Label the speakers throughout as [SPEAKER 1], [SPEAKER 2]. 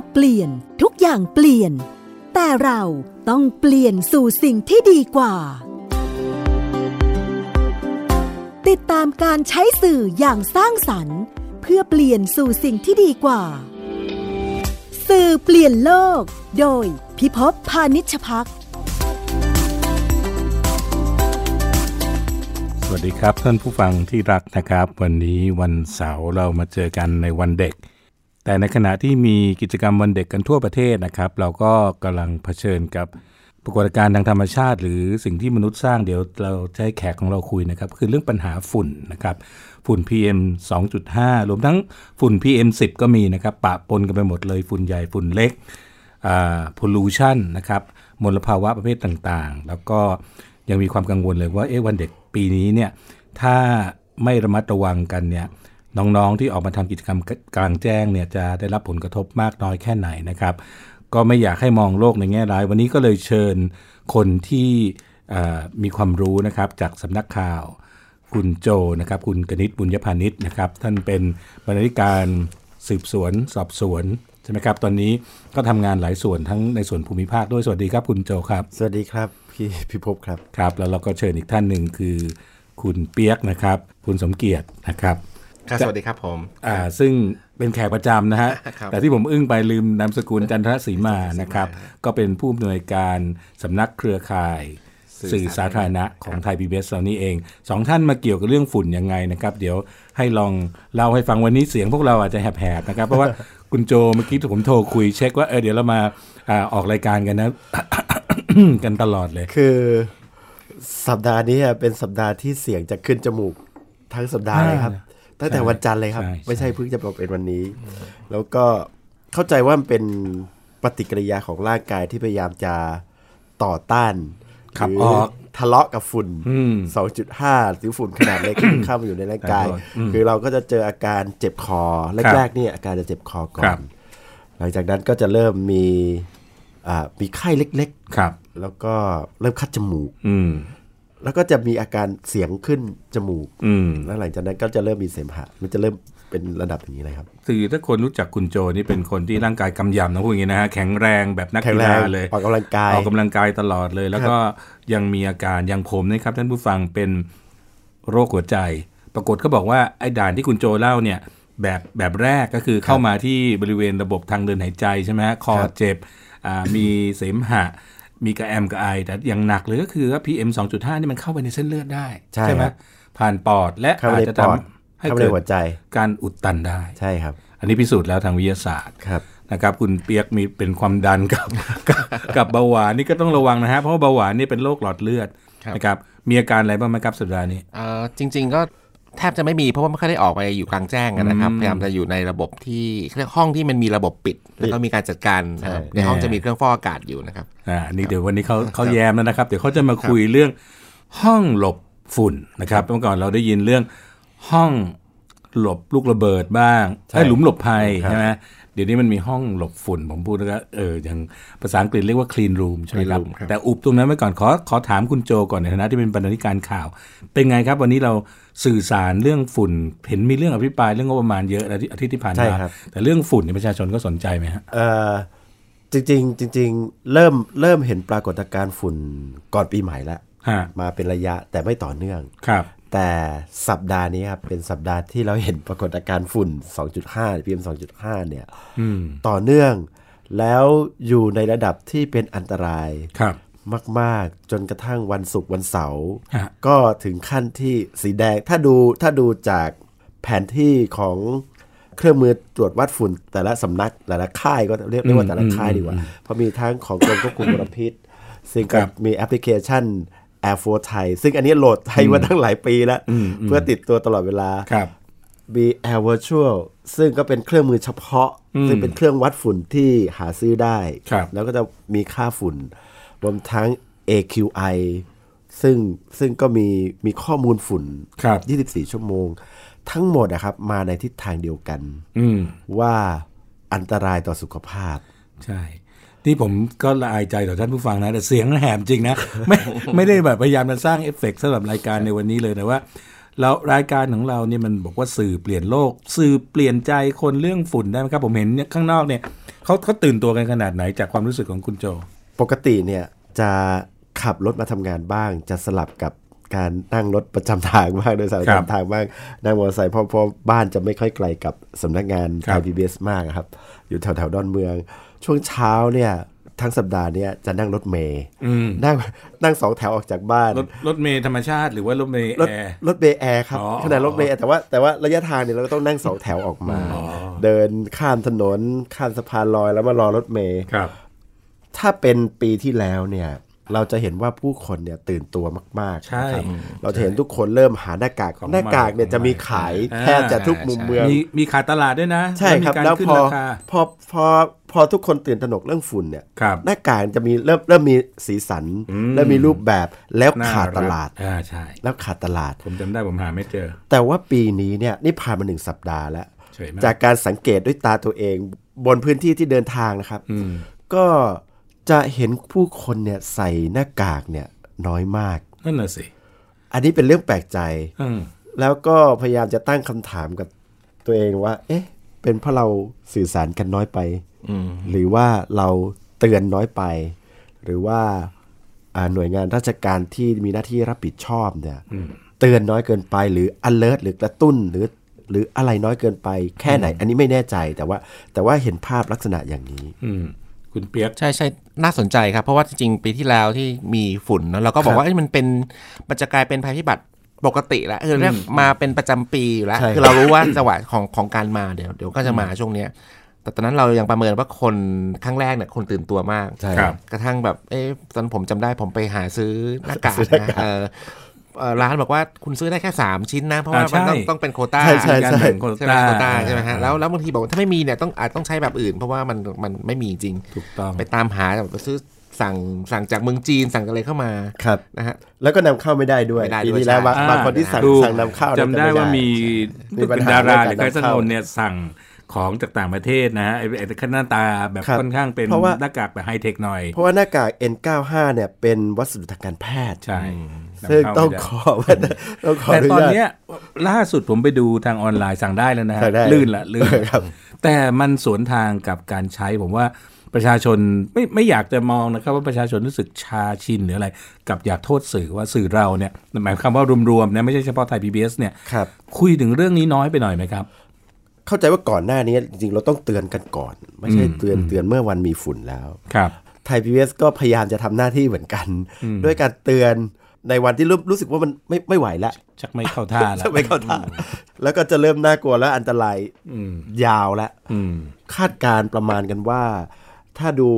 [SPEAKER 1] กเปลี่ยน ทุกอย่างเปลี่ยน แต่เราต้องเปลี่ยนสู่สิ่งที่ดีกว่า ติดตามการใช้สื่ออย่างสร้างสรรค์ เพื่อเปลี่ยนสู่สิ่งที่ดีกว่า สื่อเปลี่ยนโลก โดยพิภพพานิชพัก
[SPEAKER 2] สวัสดีครับท่านผู้ฟังที่รักนะครับ วันนี้วันเสาร์เรามาเจอกันในวันเด็ก แต่ในขณะที่มีกิจกรรมวันเด็กกันทั่วประเทศนะครับ เราก็กำลังเผชิญกับปรากฏการณ์ทางธรรมชาติ หรือสิ่งที่มนุษย์สร้างเดี๋ยวเราจะใช้แขกของเราคุยนะครับ คือเรื่องปัญหาฝุ่นนะครับฝุ่น PM 2.5 รวมทั้งฝุ่น PM 10 ก็มีนะครับปะปนกันไปหมดเลยฝุ่นใหญ่ฝุ่นเล็ก พลูชันนะครับมลภาวะประเภทต่างๆ แล้วก็ยังมีความกังวลเลยว่าเอ๊ะวันเด็กปีนี้เนี่ยถ้าไม่ระมัดระวังกันเนี่ยน้องๆที่ออกมาทำกิจกรรมกลางแจ้งเนี่ยจะได้รับผลกระทบมากน้อยแค่ไหนนะครับ ก็ไม่อยากให้มองโลกในแง่ร้าย วันนี้ก็เลยเชิญคนที่เอ่อมีความรู้นะครับจากสำนักข่าว คุณโจนะครับ คุณกนิษฐ์บุญยพานิชนะครับ ท่านเป็นบรรณาธิการสืบสวน สอบสวนใช่ไหมครับ ตอนนี้ก็ทำงานหลายส่วนทั้งในส่วนภูมิภาคด้วยสวัสดีครับคุณโจครับ
[SPEAKER 3] สวัสดีครับ พี่ พิภพครับ
[SPEAKER 2] ครับ แล้วเราก็เชิญอีกท่านหนึ่งคือคุณเปียกนะครับ คุณสมเกียรตินะครับ
[SPEAKER 4] ครับสวัสดีครับผม
[SPEAKER 2] อ่าซึ่งเป็นแขกประจำนะฮะ
[SPEAKER 4] ครับ
[SPEAKER 2] แต่ที่ผมอึ้งไปลืมนามสกุลจันทรศรีมานะครับ ก็เป็นผู้อำนวยการสำนักเครือข่าย สื่อสาธารณะของไทย PBS เรานี่เองสองท่านมาเกี่ยวกับเรื่องฝุ่นยังไงนะครับ เดี๋ยวให้ลองเล่าให้ฟังวันนี้เสียงพวกเราอาจจะแหบๆนะครับ เพราะ ว่า คุณโจเมื่อกี้ที่ผมโทรคุยเช็คว่าเออเดี๋ยวเรามาอ่าออกรายการกันนะ กันตลอดเลย
[SPEAKER 3] คือสัปดาห์นี้อะเป็นสัปดาห์ที่เสียงจะขึ้นจมูกทั้งสัปดาห์เลยครับ ตั้งแต่วันจันทร์เลยครับ
[SPEAKER 2] ใช่
[SPEAKER 3] ไม่ใช่เพิ่งจะบอกเป็นวันนี้ แล้วก็เข้าใจว่ามันเป็นปฏิกิริยาของร่างกายที่พยายามจะต่อต้าน
[SPEAKER 2] ขับ
[SPEAKER 3] หรื
[SPEAKER 2] ออก
[SPEAKER 3] ทะเลาะกับฝุ่น 2.5 หรือฝุ่นขนาดเล็กที่มันเข้ามาอยู่ในร่างกาย
[SPEAKER 2] ขอโทษอืม
[SPEAKER 3] คือเราก็จะเจออาการเจ็บคอ
[SPEAKER 2] ครับ
[SPEAKER 3] แรกๆเนี่ยอาการจะเจ็บคอก่อ
[SPEAKER 2] ครั
[SPEAKER 3] น
[SPEAKER 2] บ
[SPEAKER 3] หลังจากนั้นก็จะเริ่มมีอ่ามีไข้เล็ก ๆ
[SPEAKER 2] ครับ
[SPEAKER 3] แล้วก็เริ่มคัดจมูก
[SPEAKER 2] อืม
[SPEAKER 3] แล้วก็จะมีอาการเสียงขึ้นจมูก
[SPEAKER 2] อืม
[SPEAKER 3] แล้วหลังจากนั้นก็จะเริ่มมีเสมหะ มันจะเริ่มเป็นระดับอย่างนี้เลยครับ
[SPEAKER 2] คือถ้าคนรู้จักคุณโจนี่เป็นคนที่ร่างกายกำยำนะพูดอย่างนี้นะฮะแข็งแรงแบบนัก
[SPEAKER 3] แข็
[SPEAKER 2] กี
[SPEAKER 3] งแร
[SPEAKER 2] ฬาง เลย
[SPEAKER 3] ออกกำลังกาย
[SPEAKER 2] ออกกำลังกายตลอดเลย แล้วก็ยังมีอาการอย่างผมนะครับท่านผู้ฟังเป็นโรคหัวใจ ปรากฏเขาบอกว่าไอ้ด่านที่คุณโจเล่าเนี่ยแบบแบบแรกก็คือเข้ามาที่บริเวณระบบทางเดินหายใจใช่ไหมฮะคอเจ็บอ่ามีเสมหะ มีกระแอมกระไอแต่อย่างหนักเลยก็คือว่า PM 2.5นี่มันเข้าไปในเส้นเลือดได้
[SPEAKER 3] ใช่
[SPEAKER 2] ไหม
[SPEAKER 3] ครับ
[SPEAKER 2] ผ่านปอดและ
[SPEAKER 3] เข้า
[SPEAKER 2] อา
[SPEAKER 3] ไป
[SPEAKER 2] จ
[SPEAKER 3] ใน
[SPEAKER 2] จะ
[SPEAKER 3] ป
[SPEAKER 2] ท
[SPEAKER 3] อด
[SPEAKER 2] ำให้
[SPEAKER 3] เข้าไป
[SPEAKER 2] เกิ
[SPEAKER 3] ใน
[SPEAKER 2] ด
[SPEAKER 3] หัวใจ
[SPEAKER 2] การอุดตันได้
[SPEAKER 3] ใช่ครับ
[SPEAKER 2] อันนี้พิสูจน์แล้วทางวิทยาศาสตร์
[SPEAKER 3] ครับ
[SPEAKER 2] นะครับคุณเปียกมีเป็นความดันกับ กับกับเบาหวานนี่ก็ต้องระวังนะฮะเพราะว่าเบาหวานนี่เป็นโรคหลอดเลือด
[SPEAKER 4] ครับ
[SPEAKER 2] นะครับมีอาการอะไรบ้างไหมครับสัปดาห์นี้
[SPEAKER 4] เอ่อจริง ๆ ก็แทบจะไม่มีเพราะว่าไม่ค่อยได้ออกไปอยู่กลางแจ้งอะนะครับ
[SPEAKER 2] อืม
[SPEAKER 4] พยายามจะอยู่ในระบบที่เขาเรียกห้องที่มันมีระบบปิด แล้วก็มีการจัดการนะครับ
[SPEAKER 3] ใช่
[SPEAKER 4] ในห้อง
[SPEAKER 2] แน่
[SPEAKER 4] จะมีเครื่องฟอกอากาศอยู่นะครับ
[SPEAKER 2] อ่านี่เดี๋ยววันนี้เขาเขาแย้มแล้วนะครับ เดี๋ยวเขาจะมาคุยเรื่องห้องหลบฝุ่นนะครับเมื่อก่อนเราได้ยินเรื่องห้องหลบลูกระเบิดบ้างไอ้ยหลุมหลบภัยใช่ไหมเดี๋ยวนี้มันมีห้องหลบฝุ่นผมพูดแล้วก็เอออย่างภาษาอังกฤษเรียกว่า clean room ใช่ไหมครับ
[SPEAKER 4] clean room ครับ
[SPEAKER 2] แต่อุบตรงนั้นไว้ก่อนขอขอถามคุณโจก่อนในฐานะที่เป็นบรรณาธิการข่าว เป็นไงครับ วันนี้เราสื่อสารเรื่องฝุ่น เห็นมีเรื่องอภิปรายเรื่องงบประมาณเยอะนะที่อาทิตย์ที่ผ่าน
[SPEAKER 3] ใช่
[SPEAKER 2] มา
[SPEAKER 3] ครับ
[SPEAKER 2] แต่เรื่องฝุ่นเนยประชาชนก็สนใจไหมฮะ
[SPEAKER 3] เอ่อจริงๆจริง ๆ เริ่มเริ่มเห็นปรากฏการณ์ฝุ่นก่อนปีใหม่ละ
[SPEAKER 2] ฮะ
[SPEAKER 3] มาเป็นระยะแต่ไม่ต่อเนื่อง
[SPEAKER 2] ครับ
[SPEAKER 3] แต่สัปดาห์นี้ครับเป็นสัปดาห์ที่เราเห็นปรากฏการณ์ฝุ่น 2.5 PM 2.5 เนี่ย
[SPEAKER 2] อืม
[SPEAKER 3] ต่อเนื่อง แล้วอยู่ในระดับที่เป็นอันตราย
[SPEAKER 2] ครับ
[SPEAKER 3] มาก ๆ จนกระทั่งวันศุกร์วันเสาร์
[SPEAKER 2] ฮะ
[SPEAKER 3] ก็ถึงขั้นที่สีแดงถ้าดูถ้าดูจากแผนที่ของเครื่องมือตรวจวัดฝุ่น แต่ละสำนักแต่ละค่ายก็เรียกเรียกว่าแต่ละค่ายดีกว่า เพราะมีทั้งของกรมควบคุมมลพิษ ซึ่ง
[SPEAKER 2] ครั
[SPEAKER 3] ก็
[SPEAKER 2] บ
[SPEAKER 3] มีแอปพลิเคชัน Air f o r ไทยซึ่งอันนี้โหลดไทยมาตั้งหลายปีแล้ว เพื่อติดตัวตลอดเวลา
[SPEAKER 2] ครับ
[SPEAKER 3] มี Air Virtual ซึ่งก็เป็นเครื่องมือเฉพาะ ซึ่งเป็นเครื่องวัดฝุ่นที่หาซื้อได้
[SPEAKER 2] ครับ
[SPEAKER 3] แล้วก็จะมีค่าฝุ่น รวมทั้ง AQI ซึ่งซึ่งก็มีมีข้อมูลฝุ่น
[SPEAKER 2] ครับ
[SPEAKER 3] 24 ชั่วโมง ทั้งหมดนะครับมาในทิศทางเดียวกัน
[SPEAKER 2] อืม
[SPEAKER 3] ว่าอันตรายต่อสุขภาพ
[SPEAKER 2] ใช่ นี่ผมก็ละอายใจต่อท่านผู้ฟังนะ แต่เสียงแหบจริงนะ ไม่ไม่ได้แบบพยายามจะสร้างเอฟเฟกต์สำหรับรายการในวันนี้เลยนะว่าแล้วรายการของเราเนี่ยมันบอกว่าสื่อเปลี่ยนโลก สื่อเปลี่ยนใจคนเรื่องฝุ่นได้ไหมครับ ผมเห็นเนี่ยข้างนอกเนี่ย เขาเขาตื่นตัวกันขนาดไหนจากความรู้สึกของคุณโจ
[SPEAKER 3] ปกติเนี่ยจะขับรถมาทำงานบ้าง จะสลับกับการนั่งรถประจำทางบ้างโดยสารประ
[SPEAKER 2] ครับ
[SPEAKER 3] จำทางบ้างนั่งมอเตอร์ไซค์เพราะเพราะบ้านจะไม่ค่อยไกลกับสำนักงาน
[SPEAKER 2] ครั
[SPEAKER 3] ไท
[SPEAKER 2] บ
[SPEAKER 3] ยพีบีมากอะครับ อยู่แถวแถวๆดอนเมือง ช่วงเช้าเนี่ยทั้งสัปดาห์เนี่ยจะนั่งรถเมย์นั่งนั่งสองแถวออกจากบ้าน
[SPEAKER 2] รถรถเมย์ธรรมชาติหรือว่ารถเมย์
[SPEAKER 3] รถ
[SPEAKER 2] แอร์
[SPEAKER 3] รถเบแอร์ครับ
[SPEAKER 2] อ๋อ
[SPEAKER 3] ขนาดรถเบแอร์แต่ว่าแต่ว่าระยะทางเนี่ยเราก็ต้องนั่งสองแถวออกมา เดินข้ามถนนข้ามสะพานลอยแล้วมารอรถเมย์
[SPEAKER 2] ครับ
[SPEAKER 3] ถ้าเป็นปีที่แล้วเนี่ย เราจะเห็นว่าผู้คนเนี่ยตื่นตัวมาก
[SPEAKER 2] ใช่
[SPEAKER 3] ๆนะครับเราจะเห็นทุกคนเริ่มหาหน้ากาก
[SPEAKER 2] ของ
[SPEAKER 3] หน้ากากเนี่ย
[SPEAKER 2] ใหม่
[SPEAKER 3] จะมีขาย
[SPEAKER 2] อ่า
[SPEAKER 3] แทบจะทุกมุมเมือง
[SPEAKER 2] มีมีขายตลาดด้วยนะ
[SPEAKER 3] ใช่ครับ
[SPEAKER 2] แล้วมีการ
[SPEAKER 3] แล้ว
[SPEAKER 2] ขึ้น
[SPEAKER 3] พอ
[SPEAKER 2] ราคา
[SPEAKER 3] พอพอพอทุกคนตื่นตระหนกเรื่องฝุ่นเนี่ย
[SPEAKER 2] ครับ
[SPEAKER 3] หน้ากากจะมีเริ่มเริ่มมีสีสันเริ่มมีรูปแบบแล้ว
[SPEAKER 2] น่
[SPEAKER 3] ขาดตลาด
[SPEAKER 2] อ่าใช่
[SPEAKER 3] แล้วขาดตลาด
[SPEAKER 2] ผมจำได้ผมหาไม่เจอ
[SPEAKER 3] แต่ว่าปีนี้เนี่ยนี่ผ่านมาหนึ่งสัปดาห์แล้ว
[SPEAKER 2] เฉยมาก
[SPEAKER 3] จากการสังเกตด้วยตาตัวเองบนพื้นที่ที่เดินทางนะครับ ก็จะเห็นผู้คนเนี่ยใส่หน้ากากเนี่ยน้อยมาก
[SPEAKER 2] นั่นน่ะสิ
[SPEAKER 3] อันนี้เป็นเรื่องแปลกใจ
[SPEAKER 2] อืม
[SPEAKER 3] แล้วก็พยายามจะตั้งคำถามกับตัวเองว่า เอ๊ะ เป็นเพราะเราสื่อสารกันน้อยไป หรือว่าเราเตือนน้อยไป หรือว่าอ่าหน่วยงานราชการที่มีหน้าที่รับผิดชอบเนี่ย เตือนน้อยเกินไป หรือ alert หรือกระตุ้นหรือ หรืออะไรน้อยเกินไปแค่ไหน อันนี้ไม่แน่ใจแต่ว่า แต่ว่าเห็นภาพลักษณะอย่างนี้
[SPEAKER 2] อืม คุณเปียก
[SPEAKER 4] ใช่ใช่น่าสนใจครับ เพราะว่าจริงๆปีที่แล้วที่มีฝุ่นเนอะเราก็บอกว่าเอ้ยมันเป็นมันจะกลายเป็นภัยพิบัติปกติแล้วคือเรียกมาเป็นประจำปีอยู่แล้ว
[SPEAKER 3] ใช่
[SPEAKER 4] คือเรารู้ว่าจังหวะของของการมาเดี๋ยวเดี๋ยวก็จะมาช่วงเนี้ยแต่ตอนนั้นเรายังประเมินว่าคนครั้งแรกเนี่ยคนตื่นตัวมาก
[SPEAKER 3] ใช่
[SPEAKER 2] ครับ
[SPEAKER 4] กระทั่งแบบเอ๊ะตอนผมจำได้ผมไปหาซื้อหน้ากาก
[SPEAKER 3] ซื้อหน้า
[SPEAKER 4] นะ
[SPEAKER 3] กาก
[SPEAKER 4] เออเอ่อร้านบอกว่าคุณซื้อได้แค่ 3 ชิ้นนะ เพราะว่า
[SPEAKER 2] อ่าใช่
[SPEAKER 4] มันต้องต้องเป็นโควต้า
[SPEAKER 3] ใช่ใช่
[SPEAKER 2] มีการแบ่งโค
[SPEAKER 4] ใช่ไหมโคว
[SPEAKER 2] ต้า
[SPEAKER 4] ต้าใช่ไหมฮะแล้วแล้วบางทีบอกว่าถ้าไม่มีเนี่ยต้องอาจต้องใช้แบบอื่น เพราะว่ามันมันไม่มีจริง
[SPEAKER 2] ถูกต้อง
[SPEAKER 4] ไปตามหาแบบไปซื้อสั่งสั่งจากเมืองจีนสั่งอะไรเข้ามา
[SPEAKER 3] ครับ
[SPEAKER 4] นะฮะ
[SPEAKER 3] แล้วก็นำเข้าไม่ได้ด้วย
[SPEAKER 4] ไม่ได้
[SPEAKER 3] ปี
[SPEAKER 4] ด้วย
[SPEAKER 3] ที่แล้ว
[SPEAKER 4] ใช่
[SPEAKER 3] บาง
[SPEAKER 2] อ่
[SPEAKER 3] บางคนที่สั่ง
[SPEAKER 2] ดู
[SPEAKER 3] สั่งนำเข้าเนี่ย
[SPEAKER 2] จำได้ว่ามี
[SPEAKER 3] ใช่มีปัญ
[SPEAKER 2] เป็น
[SPEAKER 3] หา
[SPEAKER 2] ดาราห
[SPEAKER 3] เง
[SPEAKER 2] รือใครสักค
[SPEAKER 3] ำเข้า
[SPEAKER 2] นเนี่ยสั่งของจากต่างประเทศนะฮะไอ้ไอ้ขั้นหน้าตาแบบ
[SPEAKER 3] ครับ
[SPEAKER 2] ค่อนข้างเป็น
[SPEAKER 3] เพราะว่า
[SPEAKER 2] หน้ากากแบบไฮเทคหน่อย
[SPEAKER 3] เพราะว่าหน้ากาก N95 เนี่ยเป็นวัสดุทางการแพทย์
[SPEAKER 2] ใช่
[SPEAKER 3] ซึ่ง
[SPEAKER 2] นำเข้า
[SPEAKER 3] ต้อง
[SPEAKER 2] ไม่
[SPEAKER 3] ข
[SPEAKER 2] ได้
[SPEAKER 3] อว่าต้องขอ
[SPEAKER 2] แต่
[SPEAKER 3] นุญา
[SPEAKER 2] ตอนเนี้ยล่าสุดผมไปดูทางออนไลน์สั่งได้แล้วนะฮะ
[SPEAKER 3] ใส่ได้
[SPEAKER 2] ลื่นละลื่น ละ
[SPEAKER 3] ครับ
[SPEAKER 2] แต่มันสวนทางกับการใช้ผมว่าประชาชนไม่ไม่อยากจะมองนะครับ ว่าประชาชนรู้สึกชาชินหรืออะไร กับอยากโทษสื่อว่าสื่อเราเนี่ยหมายความว่ารวมๆนะไม่ใช่เฉพาะไทย PBS เนี่ย
[SPEAKER 3] ครับ
[SPEAKER 2] คุยถึงเรื่องนี้น้อยไปหน่อยไหมครับ
[SPEAKER 3] เข้าใจว่าก่อนหน้านี้จริงๆ เราต้องเตือนกันก่อน ไม่ใช่เตือนเตือนเมื่อวันมีฝุ่นแล้ว
[SPEAKER 2] ครับ
[SPEAKER 3] ไทยพีบีก็พยายามจะทำหน้าที่เหมือนกัน ด้วยการเตือนในวันที่รู้รู้สึกว่ามันไม่ไม่ไหวแล้ว
[SPEAKER 2] ชักไม่เข้าท่าละ
[SPEAKER 3] ไม่เข้าท่าแล้วก็จะเริ่มน่ากลัวแล้วอันตรายยาวแล้ว
[SPEAKER 2] อืม
[SPEAKER 3] คาดการณ์ประมาณกันว่า ถ้าดู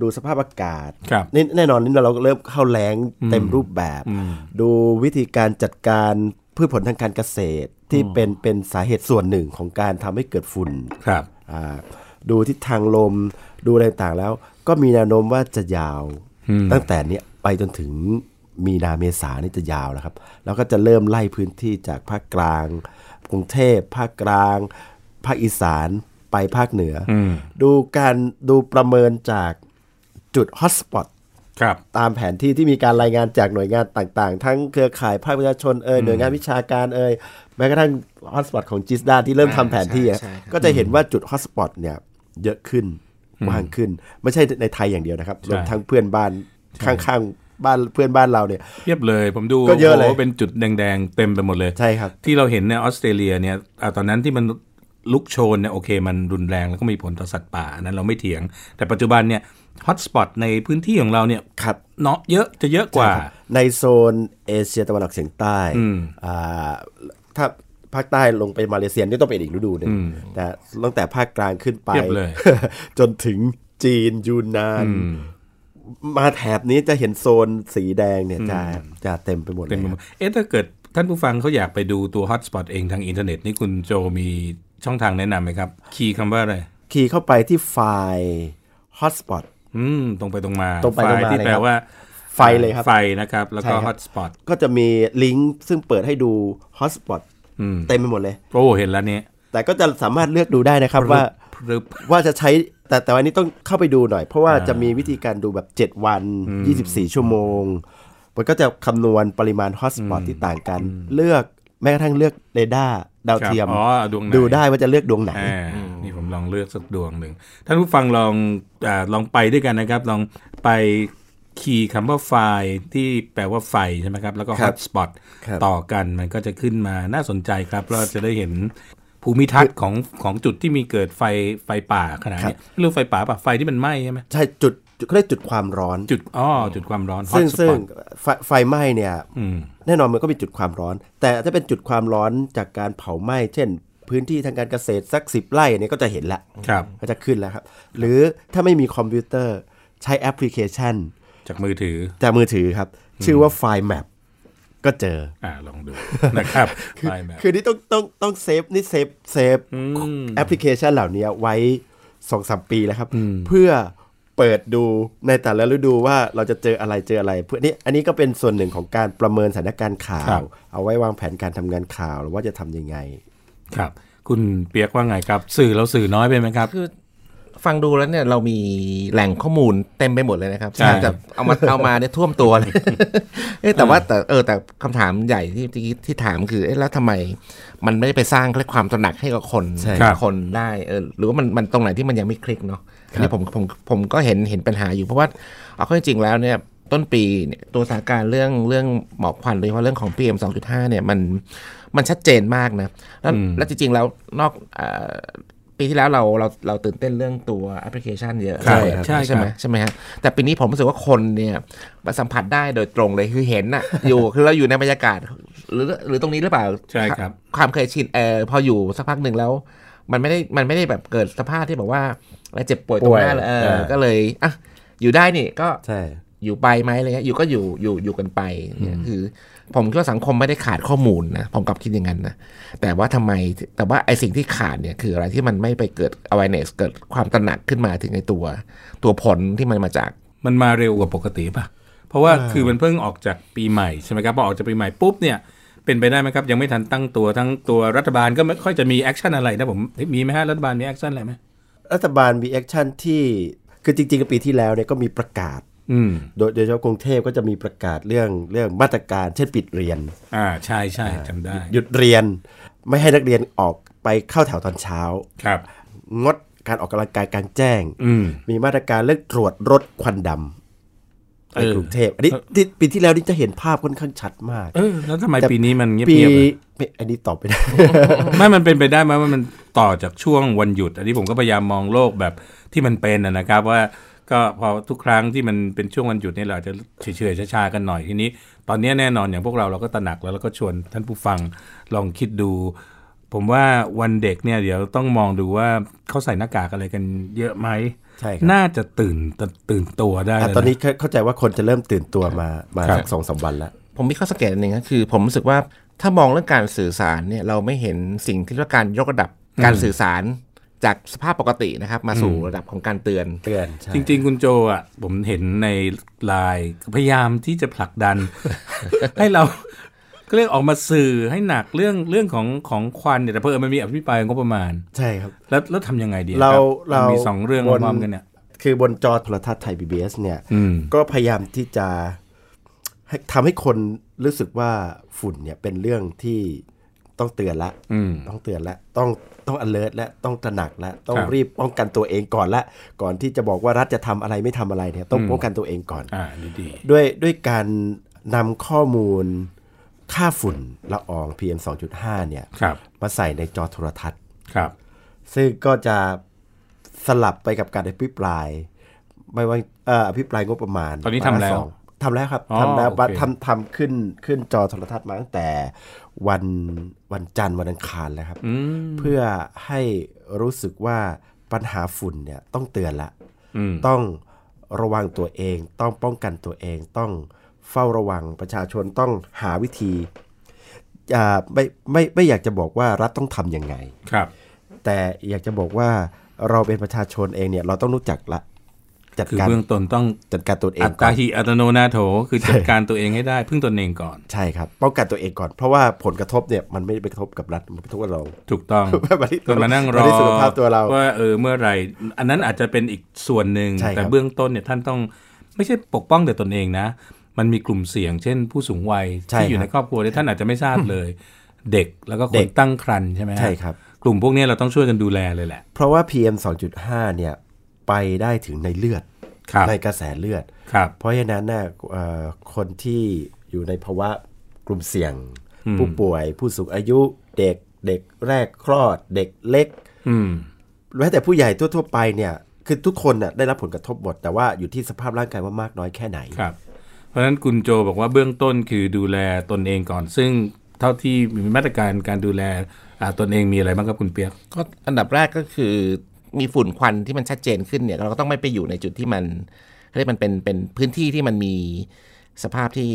[SPEAKER 3] ดูสภาพอากาศ
[SPEAKER 2] ครับ
[SPEAKER 3] นี่แน่นอนนี่เราเริ่มเข้าแล้งเต็มรูปแบบ ดูวิธีการจัดการพืชผลทางการเกษตรที่เป็นเป็นสาเหตุส่วนหนึ่งของการทำให้เกิดฝุ่น
[SPEAKER 2] ครับ
[SPEAKER 3] อ่าดูทิศทางลมดูอะไรต่างแล้ว ก็มีแนวโน้มว่าจะยาว ตั้งแต่เนี้ยไปจนถึงมีนาเมษานี่จะยาวแล้วครับ แล้วก็จะเริ่มไล่พื้นที่จากภาคกลาง กรุงเทพภาคกลาง ภาคอีสานไปภาคเหนืออดูการดูประเมินจากจุดฮอตสปอต
[SPEAKER 2] ครับ
[SPEAKER 3] ตามแผนที่ที่มีการรายงานจากหน่วยงานต่างๆ ทั้งเครือข่ายภาคประชาชนเอ่ยหน่วยงานวิชาการเอ่ยแม้กระทั่งฮอตสปอตของจิสดาที่เริ่มทำแผนที่อะ
[SPEAKER 4] ใช่ใช่ครับ
[SPEAKER 3] ก็จะเห็นว่าจุดฮอตสปอตเนี่ยเยอะขึ้นกว้างขึ้น ไม่ใช่ในไทยอย่างเดียวนะครับรวมทั้งเพื่อนบ้านข้างๆบ้านเพื่อนบ้านเราเนี่ย
[SPEAKER 2] เทียบเลยผมดู
[SPEAKER 3] ก็เยอะเลย
[SPEAKER 2] โโหเป็นจุดแดงๆ เต็มไปหมดเลย
[SPEAKER 3] ใช่ครับ
[SPEAKER 2] ที่เราเห็นในออสเตรเลียเนี่ยอ่าตอนนั้นที่มันลุกโชนเนี่ยโอเค มันรุนแรงแล้วก็มีผลต่อสัตว์ป่าอันนั้นเราไม่เถียง แต่ปัจจุบันเนี่ยฮอตสปอตในพื้นที่ของเราเนี่ย
[SPEAKER 3] ครับ
[SPEAKER 2] เนาะเยอะจะเยอะกว่า
[SPEAKER 3] ในโซนเอเชียตะวันออกเฉียงใต้อ่าถ้าภาคใต้ลงไปมาเลเซียนี่ต้องเป็นอีกฤดูหนึ่งแต่ตั้งแต่ภาคกลางขึ้นไป
[SPEAKER 2] เทียบเลย
[SPEAKER 3] จนถึงจีนยูนนาน มาแถบนี้จะเห็นโซนสีแดงเนี่ยจะจะเต็มไปหมดเล
[SPEAKER 2] เต็ม
[SPEAKER 3] ย
[SPEAKER 2] ไปหม
[SPEAKER 3] ค
[SPEAKER 2] ด
[SPEAKER 3] รับ
[SPEAKER 2] เอ๊ะถ้าเกิดท่านผู้ฟังเขาอยากไปดูตัวฮอตสปอตเองทางอินเทอร์เน็ตนี่คุณโจมีช่องทางแนะนำไหมครับ คีย์คำว่าอะไร
[SPEAKER 3] คีย์เข้าไปที่ไฟล์ hotspot
[SPEAKER 2] อืมตรงไปตรงมา
[SPEAKER 3] ตรงไปตรงมา
[SPEAKER 2] ฟที่แปล
[SPEAKER 3] เลยครับ
[SPEAKER 2] ว่า
[SPEAKER 3] ไฟเลยครับ
[SPEAKER 2] ไฟนะครับ แล้วก็
[SPEAKER 3] ใช่ค
[SPEAKER 2] ฮ
[SPEAKER 3] รั
[SPEAKER 2] อบ ตสปอต
[SPEAKER 3] ก็จะมีลิงก์ซึ่งเปิดให้ดู hotspot เต็มไปหมดเลย
[SPEAKER 2] โอ้เห็นแล้วเนี่ย
[SPEAKER 3] แต่ก็จะสามารถเลือกดูได้นะครับว่า
[SPEAKER 2] รึบ
[SPEAKER 3] ว่าจะใช้แต่แต่วันนี้ต้องเข้าไปดูหน่อย เพราะว่าจะมีวิธีการดูแบบ 7 วัน 24 ชั่วโมง มันก็จะคำนวณปริมาณฮอตสปอตที่ต่างกัน เลือกแม้กระทั่งเลือกเรดาร์ดาวเทียม
[SPEAKER 2] ครับอ๋อดวงไหน
[SPEAKER 3] ดูได้ว่าจะเลือกดวงไหน
[SPEAKER 2] อ่านี่ผม ลองเลือกสักดวงหนึ่งท่านผู้ฟังลองอาลองไปด้วยกันนะครับ ลองไปคีย์คำว่าไฟล์ที่แปลว่าไฟใช่ไหมครับ แล้วก็
[SPEAKER 3] ครั
[SPEAKER 2] hotspot
[SPEAKER 3] บครับ
[SPEAKER 2] ต่อกันมันก็จะขึ้นมาน่าสนใจครับเราจะได้เห็นภูมิทัศน์ของของจุดที่มีเกิดไฟไฟป่าขนาดเนี้ยเรื่องไฟป่าป่ะไฟที่มันไหม้ใช่ไหม
[SPEAKER 3] ใช่จุดจุดเขาเรียกจุดความร้อน
[SPEAKER 2] จุดอ้อจุดความร้อน
[SPEAKER 3] ซึ่ง
[SPEAKER 2] hotspot
[SPEAKER 3] ซึ่งไฟไฟไหม้เนี่ย
[SPEAKER 2] อืม
[SPEAKER 3] แน่นอนมันก็เป็นจุดความร้อน แต่ถ้าเป็นจุดความร้อนจากการเผาไหม้ เช่น พื้นที่ทางการเกษตรสักสิบไร่เนี่ยก็จะเห็นละ
[SPEAKER 2] ครับ
[SPEAKER 3] ก็จะขึ้นแล้วครับ หรือถ้าไม่มีคอมพิวเตอร์ใช้แอปพลิเคชัน
[SPEAKER 2] จากมือถือ
[SPEAKER 3] จากมือถือครับ ชื่อว่าไฟล์แมปก็เจอ
[SPEAKER 2] อ่าลองดู นะครับ
[SPEAKER 3] คือ
[SPEAKER 2] ไฟล์แมป
[SPEAKER 3] คือนี่ต้องต้องต้องเซฟนี่เซฟเซฟแอปพลิเคชันเหล่านี้ไว้สองสามปีแล้วครับ เพื่อเปิดดูในแต่ละฤดูว่าเราจะเจออะไรเจออะไรเพื่อนี่อันนี้ก็เป็นส่วนหนึ่งของการประเมินสถานการณ์ข่า
[SPEAKER 2] ครั
[SPEAKER 3] ว
[SPEAKER 2] บ
[SPEAKER 3] เอาไว้วางแผนการทำงานข่าวว่าจะทำยังไง
[SPEAKER 2] ครับ คุณเปียกว่าไงครับ สื่อเราสื่อน้อยไปไหมครับ
[SPEAKER 4] คือฟังดูแล้วเนี่ยเรามีแหล่งข้อมูลเต็มไปหมดเลยนะครับ
[SPEAKER 2] ใช่
[SPEAKER 4] จะเอามาเอามาเนี่ยท่วมตัว เลย เอ๊ะแต่ว่าแต่เออแต่คำถามใหญ่ที่ที่ที่ถามคือเอ๊ะแล้วทำไมมันไม่ไปสร้างเรียกความตระหนักให้กับคน
[SPEAKER 3] ใช่
[SPEAKER 2] ครับ
[SPEAKER 4] คนได้เออหรือว่ามันมันตรงไหนที่มันยังไม่คลิกเนาะอันนี่ผมผมผมก็เห็นเห็นปัญหาอยู่เพราะว่าเอาเข้าจริงๆแล้วเนี่ยต้นปีเนี่ยตัวสถานการณ์เรื่องเรื่องหมอกควันโดยเฉพาะเรื่องของ PM 2.5เนี่ยมันมันชัดเจนมากนะแล้วแล้วจริงๆแล้วนอกเอ่อ ปีที่แล้วเราเราเราตื่นเต้นเรื่องตัวแอปพลิเคชันเยอะ
[SPEAKER 2] ใช่
[SPEAKER 4] เลย
[SPEAKER 2] ครับ
[SPEAKER 4] ใช่
[SPEAKER 2] ใช่
[SPEAKER 4] ใช่ไห
[SPEAKER 2] ค
[SPEAKER 4] ม
[SPEAKER 2] รับ
[SPEAKER 4] ใช่ไหมฮะแต่ปีนี้ผมรู้สึกว่าคนเนี่ยมาสัมผัสได้โดยตรงเลยคือเห็นอะ อยู่คือเราอยู่ในบรรยากาศ หรือหรือตรงนี้หรือเปล่า
[SPEAKER 2] ใช่ครับ
[SPEAKER 4] ความเคยชินเออพออยู่สักพักหนึ่งแล้ว มันไม่ได้มันไม่ได้แบบเกิดสภาพที่แบบว่าอะไรเจ็บป่วยตรงหน้า
[SPEAKER 3] ป่วย
[SPEAKER 4] เลยเออ
[SPEAKER 3] เออ
[SPEAKER 4] ก็เลยอ่ะอยู่ได้นี่ก็
[SPEAKER 3] ใช่
[SPEAKER 4] อยู่ไปไหมอะไรเงี้ยอยู่ก็อยู่อยู่อยู่กันไปเนี่ยคือ ผมคิดว่าสังคมไม่ได้ขาดข้อมูลนะผมกลับคิดอย่างนั้นนะแต่ว่าทำไมแต่ว่าไอสิ่งที่ขาดเนี่ยคืออะไรที่มันไม่ไปเกิด awareness เกิดความตระหนักขึ้นมาถึงในตัว ตัวผลที่มันมาจาก
[SPEAKER 2] มันมาเร็วกว่าปกติป่ะ เพราะว่าคือมันเพิ่งออกจากปีใหม่ใช่ไหมครับ พอออกจากปีใหม่ปุ๊บเนี่ย เป็นไปได้ไหมครับ ยังไม่ทันตั้งตัวทั้งตัวรัฐบาลก็ไม่ค่อยจะมีแอคชั่นอะไรนะผมเฮ้ยมีไหมฮะรัฐบาลมีแอคชั่นอะไรไหม
[SPEAKER 3] รัฐบาลมีแอคชั่นที่คือจริงๆปีที่แล้วเนี่ยก็มีประกาศ
[SPEAKER 2] อืม
[SPEAKER 3] โดยโดยเฉพาะกรุงเทพก็จะมีประกาศเรื่องเรื่องมาตรการเช่นปิดเรียน
[SPEAKER 2] อ่าใช่ใช่จำได้
[SPEAKER 3] หยุดเรียนไม่ให้นักเรียนออกไปเข้าแถวตอนเช้า
[SPEAKER 2] ครับ
[SPEAKER 3] งดการออกกำลังกายกลางแจ้ง
[SPEAKER 2] อืม
[SPEAKER 3] มีมาตรการเรื่องตรวจรถควันดำใน
[SPEAKER 2] เออ
[SPEAKER 3] กรุงเทพอันนี้ที่ปีที่แล้วนี่จะเห็นภาพค่อนข้างชัดมาก
[SPEAKER 2] เออแล้วทำไมปีนี้มันเงียบ
[SPEAKER 3] ปี
[SPEAKER 2] เงียบอะ
[SPEAKER 3] ไม่อันนี้ตอบไม่ ได้
[SPEAKER 2] ไม่มันเป็นไปได้ไหมว่ามันต่อจากช่วงวันหยุด อันนี้ผมก็พยายามมองโลกแบบที่มันเป็นนะนะครับ ว่าก็พอทุกครั้งที่มันเป็นช่วงวันหยุดเนี่ยเราอาจจะเฉยๆช้าๆกันหน่อยทีนี้ ตอนนี้แน่นอนอย่างพวกเราเราก็ตระหนักแล้วแล้วก็ชวนท่านผู้ฟังลองคิดดู ผมว่าวันเด็กเนี่ยเดี๋ยวต้องมองดูว่าเขาใส่หน้ากากอะไรกันเยอะไหม
[SPEAKER 3] ใช่ครับ
[SPEAKER 2] น่าจะตื่นตื่นตัวได้
[SPEAKER 3] อ่ะ
[SPEAKER 2] แล้วะ
[SPEAKER 3] ตอนนี้เข้าเข้าใจว่าคนจะเริ่มตื่นตัวมามา
[SPEAKER 2] ครับ
[SPEAKER 3] สักสองสามวันแล้ว
[SPEAKER 4] ผมมีข้อสังเกตอันหนึ่งก็คือ ผมรู้สึกว่าถ้ามองเรื่องการสื่อสารเนี่ยเราไม่เห็นสิ่งที่เรียกว่าการยกระดับการสื่อสารจากสภาพปกตินะครับ มาสู่ระดับของการเตือน
[SPEAKER 3] เตือนใช่
[SPEAKER 2] จริง ๆ คุณโจอ่ะผมเห็นในไลน์พยายามที่จะผลัก ดัน ให้เราก็เรียกออกมาสื่อให้หนักเรื่องเรื่องของของควันเนี่ยแต่เพิ่มมันมีอภิปรายงบประมาณ
[SPEAKER 3] ใช่ครับ
[SPEAKER 2] แล้วแล้วทำยังไงดีคบ
[SPEAKER 3] เราเรา
[SPEAKER 2] มีสองเรื่อง
[SPEAKER 3] บน
[SPEAKER 2] พร้อมกันเนี่ย
[SPEAKER 3] คือบนจอโทรทัศน์ไทย PBS เนี่ย
[SPEAKER 2] อืม
[SPEAKER 3] ก็พยายามที่จะให้ทำให้คนรู้สึกว่าฝุ่นเนี่ยเป็นเรื่องที่ต้องเตือนละ
[SPEAKER 2] อืม
[SPEAKER 3] ต้องเตือนและต้องต้อง alert และต้องตระหนักและต้อง
[SPEAKER 2] ครับ
[SPEAKER 3] รีบป้องกันตัวเองก่อนละก่อนที่จะบอกว่ารัฐจะทำอะไรไม่ทำอะไรเนี่ยต้อง
[SPEAKER 2] อืม
[SPEAKER 3] ป้องกันตัวเองก่อน
[SPEAKER 2] อ่าดีดี
[SPEAKER 3] ด้วยด้วยการนำข้อมูลค่าฝุ่นละออง PM 2.5เนี่ย
[SPEAKER 2] ครับ
[SPEAKER 3] มาใส่ในจอโทรทัศน์
[SPEAKER 2] ครับ
[SPEAKER 3] ซึ่งก็จะสลับไปกับการอภิปราย ไม่ว่าเอ่ออภิปรายงบประมาณ
[SPEAKER 2] ตอนนี้ทำแล้ว
[SPEAKER 3] วาระสองทำแล้วครับ
[SPEAKER 2] อ๋อ
[SPEAKER 3] ทำแล้ว
[SPEAKER 2] โอเค
[SPEAKER 3] บัดทำทำขึ้นขึ้นจอโทรทัศน์มาตั้งแต่วันวันจันทร์วันอังคารแล้วครับ
[SPEAKER 2] อืม
[SPEAKER 3] เพื่อให้รู้สึกว่าปัญหาฝุ่นเนี่ยต้องเตือนละ
[SPEAKER 2] อืม
[SPEAKER 3] ต้องระวังตัวเอง ต้องป้องกันตัวเอง ต้องเฝ้าระวังประชาชนต้องหาวิธีอ่าไม่ไม่ไม่อยากจะบอกว่ารัฐต้องทำยังไง
[SPEAKER 2] ครับ
[SPEAKER 3] แต่อยากจะบอกว่าเราเป็นประชาชนเองเนี่ยเราต้องรู้จักละจัด
[SPEAKER 2] คือ
[SPEAKER 3] การ
[SPEAKER 2] เบื้องต้นต้อง
[SPEAKER 3] จัดการตัวเอ
[SPEAKER 2] อัต
[SPEAKER 3] งก่อ
[SPEAKER 2] ตาน หิอัตโนนาโถคือจัดการตัวเองให้ได้พึ่งตนเองก่อน
[SPEAKER 3] ใช่ครับป้องกันตัวเองก่อน เพราะว่าผลกระทบเนี่ยมันไม่ได้ไปกระทบกับรัฐมันกระทบกับเรา
[SPEAKER 2] ถูกต้อง
[SPEAKER 3] มาที่
[SPEAKER 2] ก็ มานั่งรอ
[SPEAKER 3] มาที่สุขภาพตัวเรา
[SPEAKER 2] ว่าเออเมื่อไหร่ อันนั้นอาจจะเป็นอีกส่วนหนึ่ง
[SPEAKER 3] ใช่ครับ
[SPEAKER 2] แต่เบื้องต้นเนี่ยท่านต้องไม่ใช่ปกป้องแต่ตนเองนะ มันมีกลุ่มเสี่ยง เช่น ผู้สูงวัย
[SPEAKER 3] ใช่
[SPEAKER 2] ที่อยู่
[SPEAKER 3] ครับ
[SPEAKER 2] ในครอบครัวเนี่ยท่านอาจจะไม่ทราบเลย เด็กแล้วก็ค
[SPEAKER 3] เด็
[SPEAKER 2] น
[SPEAKER 3] ก
[SPEAKER 2] ตั้งครรภ์ใช่ไหมฮะ
[SPEAKER 3] ใช่ครับ
[SPEAKER 2] กลุ่มพวกเนี้ยเราต้องช่วยกันดูแลเลยแหละ
[SPEAKER 3] เพราะว่า PM 2.5 เนี่ยไปได้ถึงในเลือด
[SPEAKER 2] ครับ
[SPEAKER 3] ในกระแสเลือด
[SPEAKER 2] ครับ
[SPEAKER 3] เพราะฉะนั้นนะเอ่อคนที่อยู่ในภาวะกลุ่มเสี่ยง ผู้ป่วยผู้สูงอายุเด็กเด็กแรกคลอด เด็กเล็ก
[SPEAKER 2] อืม
[SPEAKER 3] แม้แต่ผู้ใหญ่ทั่วๆไปเนี่ยคือทุกคนน่ะได้รับผลกระทบหมด แต่ว่าอยู่ที่สภาพร่างกายว่ามากน้อยแค่ไหน
[SPEAKER 2] ครับ เพราะฉะนั้นคุณโจบอกว่าเบื้องต้นคือดูแลตนเองก่อน ซึ่งเท่าที่มีมาตรการการดูแลอ่าตนเองมีอะไรบ้างครับคุณเปียก
[SPEAKER 4] ก็อันดับแรกก็คือมีฝุ่นควันที่มันชัดเจนขึ้นเนี่ยเราก็ต้องไม่ไปอยู่ในจุดที่มันเขาเรียกมันเป็นเป็นพื้นที่ที่มันมีสภาพที่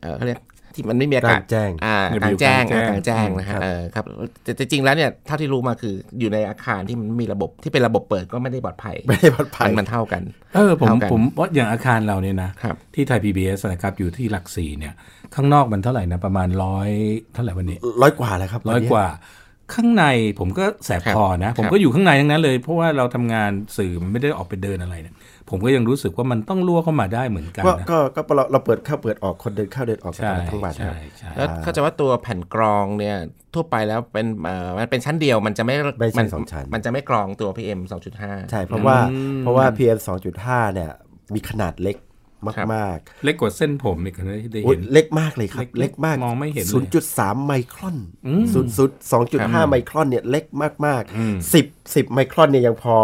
[SPEAKER 4] เอ่อเขาเรียกที่มันไม่มีอากา
[SPEAKER 3] ก
[SPEAKER 4] ศ
[SPEAKER 3] ลางแจ้ง
[SPEAKER 4] อ่า
[SPEAKER 2] อย่าไป
[SPEAKER 4] กลางแจ้ง
[SPEAKER 2] อยู่
[SPEAKER 4] อ่าก ก
[SPEAKER 2] ลา
[SPEAKER 4] ลาง ง
[SPEAKER 2] แจ้
[SPEAKER 4] แจ้
[SPEAKER 2] ง
[SPEAKER 4] งนะฮะเออครับแต่แต่จริงแล้วเนี่ยเท่าที่รู้มาคืออยู่ในอาคารที่มันมีระบบที่เป็นระบบเปิดก็ไม่ได้ปลอดภัย
[SPEAKER 3] ไม่ได้ปลอดภัย
[SPEAKER 4] มันมันเท่ากัน
[SPEAKER 2] เออผม
[SPEAKER 4] เท่ากัน
[SPEAKER 2] ผมว่าอย่างอาคารเราเนี่ยนะครับ ที่ไทย PBS นะครับอยู่ที่หลักสี่เนี่ย ข้างนอกมันเท่าไหร่นะ ประมาณร้อยเท่าไหร่วันนี้
[SPEAKER 3] ร้อยกว่าแล้วครับ
[SPEAKER 2] ร้อย
[SPEAKER 3] นเนี้
[SPEAKER 2] กว่า ข้างในผมก็แสบ
[SPEAKER 4] ครับ
[SPEAKER 2] คอนะ ผม
[SPEAKER 4] ครับ
[SPEAKER 2] ก็อยู่ข้างในทั้งนั้นเลย เพราะว่าเราทำงานสื่อมันไม่ได้ออกไปเดินอะไรเนี่ยผมก็ยังรู้สึกว่ามันต้องรั่วเข้ามาได้เหมือนกัน
[SPEAKER 3] ก็
[SPEAKER 2] นะ
[SPEAKER 3] ก็ก็เราเราเปิดเข้าเปิดออกคนเดินเข้าเดินออกกัน
[SPEAKER 2] ใช่
[SPEAKER 3] ตลอดทั้งวัน
[SPEAKER 2] ใช่ใช่
[SPEAKER 4] แล้วเข้าใจว่าตัวแผ่นกรองเนี่ยทั่วไปแล้วเป็นเอ่อมันเป็นชั้นเดียวมันจะไม่
[SPEAKER 3] ไม่ใช่สองชั้น
[SPEAKER 4] มันจะไม่กรองตัว PM 2.5
[SPEAKER 3] ใช่เพราะว่าเพราะว่า PM 2.5 เนี่ยมีขนาดเล็ก
[SPEAKER 4] ครับ
[SPEAKER 3] มาก
[SPEAKER 2] เล็กกว่าเส้นผมอีกนะที่ได้
[SPEAKER 3] ๆโอ้ย
[SPEAKER 2] เห็น
[SPEAKER 3] เล็กมากเลยครับ
[SPEAKER 2] เล็
[SPEAKER 3] เล็
[SPEAKER 2] กมาม
[SPEAKER 3] กาก ก
[SPEAKER 2] มองไม่เห็นเลย
[SPEAKER 3] 0.3 ไมครอนศูนย์ศูนย์สองจุดห้าไมครอนเนี่ยเล็กมาก
[SPEAKER 2] อืม
[SPEAKER 3] ๆสิบสิบไมครอนเนี่ยยังพอ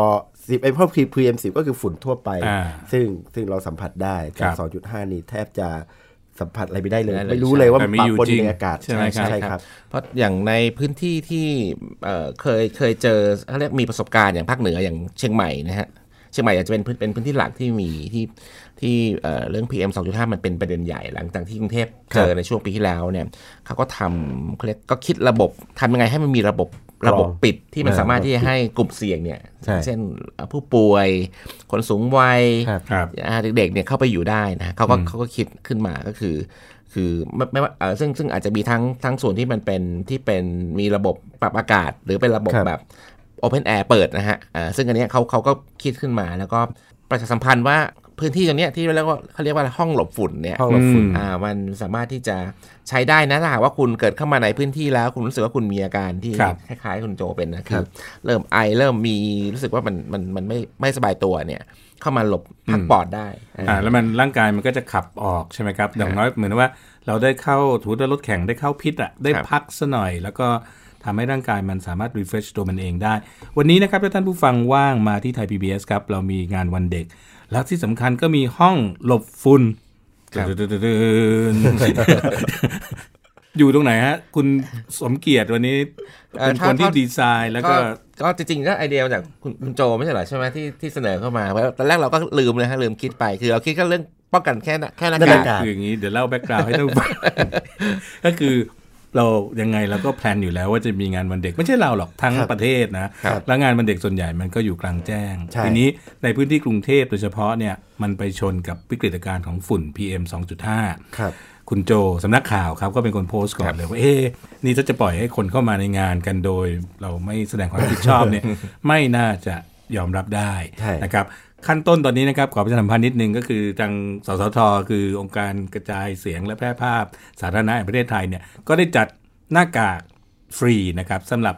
[SPEAKER 3] สิบไอพวก PM 10ก็คือฝุ่นทั่วไป
[SPEAKER 2] อ่า
[SPEAKER 3] ซึ่งซึ่งเราสัมผัสได้แต่
[SPEAKER 2] ครับ
[SPEAKER 3] สองจุดห้านี่แทบจะสัมผัสอะไรไม่ได้เลย
[SPEAKER 4] ไม่ได้เลย
[SPEAKER 3] ไม่รู้เลยว่ามัน
[SPEAKER 2] แต่
[SPEAKER 3] ปะ
[SPEAKER 2] อยู่
[SPEAKER 3] ปน
[SPEAKER 2] จริง
[SPEAKER 3] ในอากาศ
[SPEAKER 2] ใช่ไหมครับ
[SPEAKER 3] ใช่ครับ
[SPEAKER 4] เพราะอย่างในพื้นที่ที่เอ่อเคยเคยเจอเขาเรียกมีประสบการณ์อย่างภาคเหนืออย่างเชียงใหม่นะฮะเชียงใหม่อาจจะเป็นพื้นเป็นพื้นที่หลักที่มีที่ที่เอ่อเรื่อง PM 2.5 มันเป็นประเด็นใหญ่หลังจากที่กรุงเทพเจอในช่วงปีที่แล้วเนี่ยเขาก็ทำเขาเรียกก็คิดระบบทำยังไงให้มันมีระบบระบบปิดที่มันสามารถที่จะให้กลุ่มเสี่ยงเนี่ย
[SPEAKER 3] ใช่
[SPEAKER 4] เช่นเอ่อผู้ป่วยคนสูงวัย
[SPEAKER 3] ครับ
[SPEAKER 2] ครับ
[SPEAKER 4] อ่าเด็กๆเนี่ยเข้าไปอยู่ได้นะเขาก็เขาก็คิดขึ้นมาก็คือ คือไม่ไม่ว่าเอ่อซึ่งซึ่งอาจจะมีทั้งทั้งส่วนที่มันเป็นที่เป็นมีระบบปรับอากาศ หรือเป็นระบบ
[SPEAKER 3] ครับ
[SPEAKER 4] แบบ Open Air เปิดนะฮะอ่าซึ่งอันเนี้ยเขาเขาก็คิดขึ้นมาแล้วก็ประชาสัมพันธ์ว่าพื้นที่ตรงเนี้ยที่เรียกว่าเขาเรียกว่าห้องหลบฝุ่นเนี่ย
[SPEAKER 3] ห้องหลบฝุ่น
[SPEAKER 4] อ่ามันสามารถที่จะใช้ได้นะถ้าหากว่าคุณเกิดเข้ามาในพื้นที่แล้ว คุณรู้สึกว่าคุณมีอาการที่
[SPEAKER 2] ครับ
[SPEAKER 4] คล้ายๆคุณโจเป็นนะคือเริ่มไอเริ่มมีรู้สึกว่ามันมันมันไม่ไม่สบายตัวเนี่ย เข้ามาหลบพักปอดได้อ่า
[SPEAKER 2] อ่าแล้วมันร่างกายมันก็จะขับออกใช่ไหมครับอย่างน้อยเหมือนว่าเราได้เข้าถูดรถแข่งได้เข้าพิษอ่ะได้
[SPEAKER 4] ครับ
[SPEAKER 2] พักซะหน่อย แล้วก็ทำให้ร่างกายมันสามารถ refresh ตัวมันเองได้ วันนี้นะครับถ้าท่านผู้ฟังว่างมาที่ไทย PBS ครับ เรามีงานวันเด็ก แล้วที่สำคัญก็มีห้องหลบฝุ่นอยู่ตรงไหนฮะ คุณสมเกียรติวันนี้เป็นคนที่ดีไซน์แล้วก็
[SPEAKER 4] ก็ก็จริงๆก็ไอเดียมาจากคุณคุณโจไม่ใช่เหรอใช่ไหมที่ที่เสนอเข้ามาเพราะตอนแรกเราก็ลืมเลยฮะลืมคิดไปคือเราคิดก็เรื่องป้องกันแค่หน้าแค่หน้า
[SPEAKER 3] หน้าก
[SPEAKER 4] าก ก
[SPEAKER 3] ครับ
[SPEAKER 2] คืออย่างนี้เดี๋ยวเล่าแบ็กกราวให้ท่านฟัง ก็คือเรายังไงเราก็แพลนอยู่แล้วว่าจะมีงานวันเด็กไม่ใช่เราหรอกทั้ง
[SPEAKER 3] ครับ
[SPEAKER 2] ประเทศนะครับ แล้วงานวันเด็กส่วนใหญ่มันก็อยู่กลางแจ้ง
[SPEAKER 3] ใช่
[SPEAKER 2] ทีนี้ในพื้นที่กรุงเทพโดยเฉพาะเนี่ยมันไปชนกับวิกฤตการณ์ของฝุ่น PM 2.5
[SPEAKER 3] ครับ
[SPEAKER 2] คุณโจสำนักข่าวครับก็เป็นคนโพสต์ก่อนเลยว่าเอ๊ะนี่ถ้าจะปล่อยให้คนเข้ามาในงานกันโดย เราไม่แสดงความรับผิดชอบเนี่ย ไม่น่าจะยอมรับได้
[SPEAKER 3] ใช่
[SPEAKER 2] นะครับขั้นต้นตอนนี้นะครับขอประชาสัมพันธ์นิดนึงก็คือทางสสท คือองค์การกระจายเสียงและแพร่ภาพสาธารณะแห่งประเทศไทยเนี่ยก็ได้จัดหน้ากากฟรีนะครับสำหรับ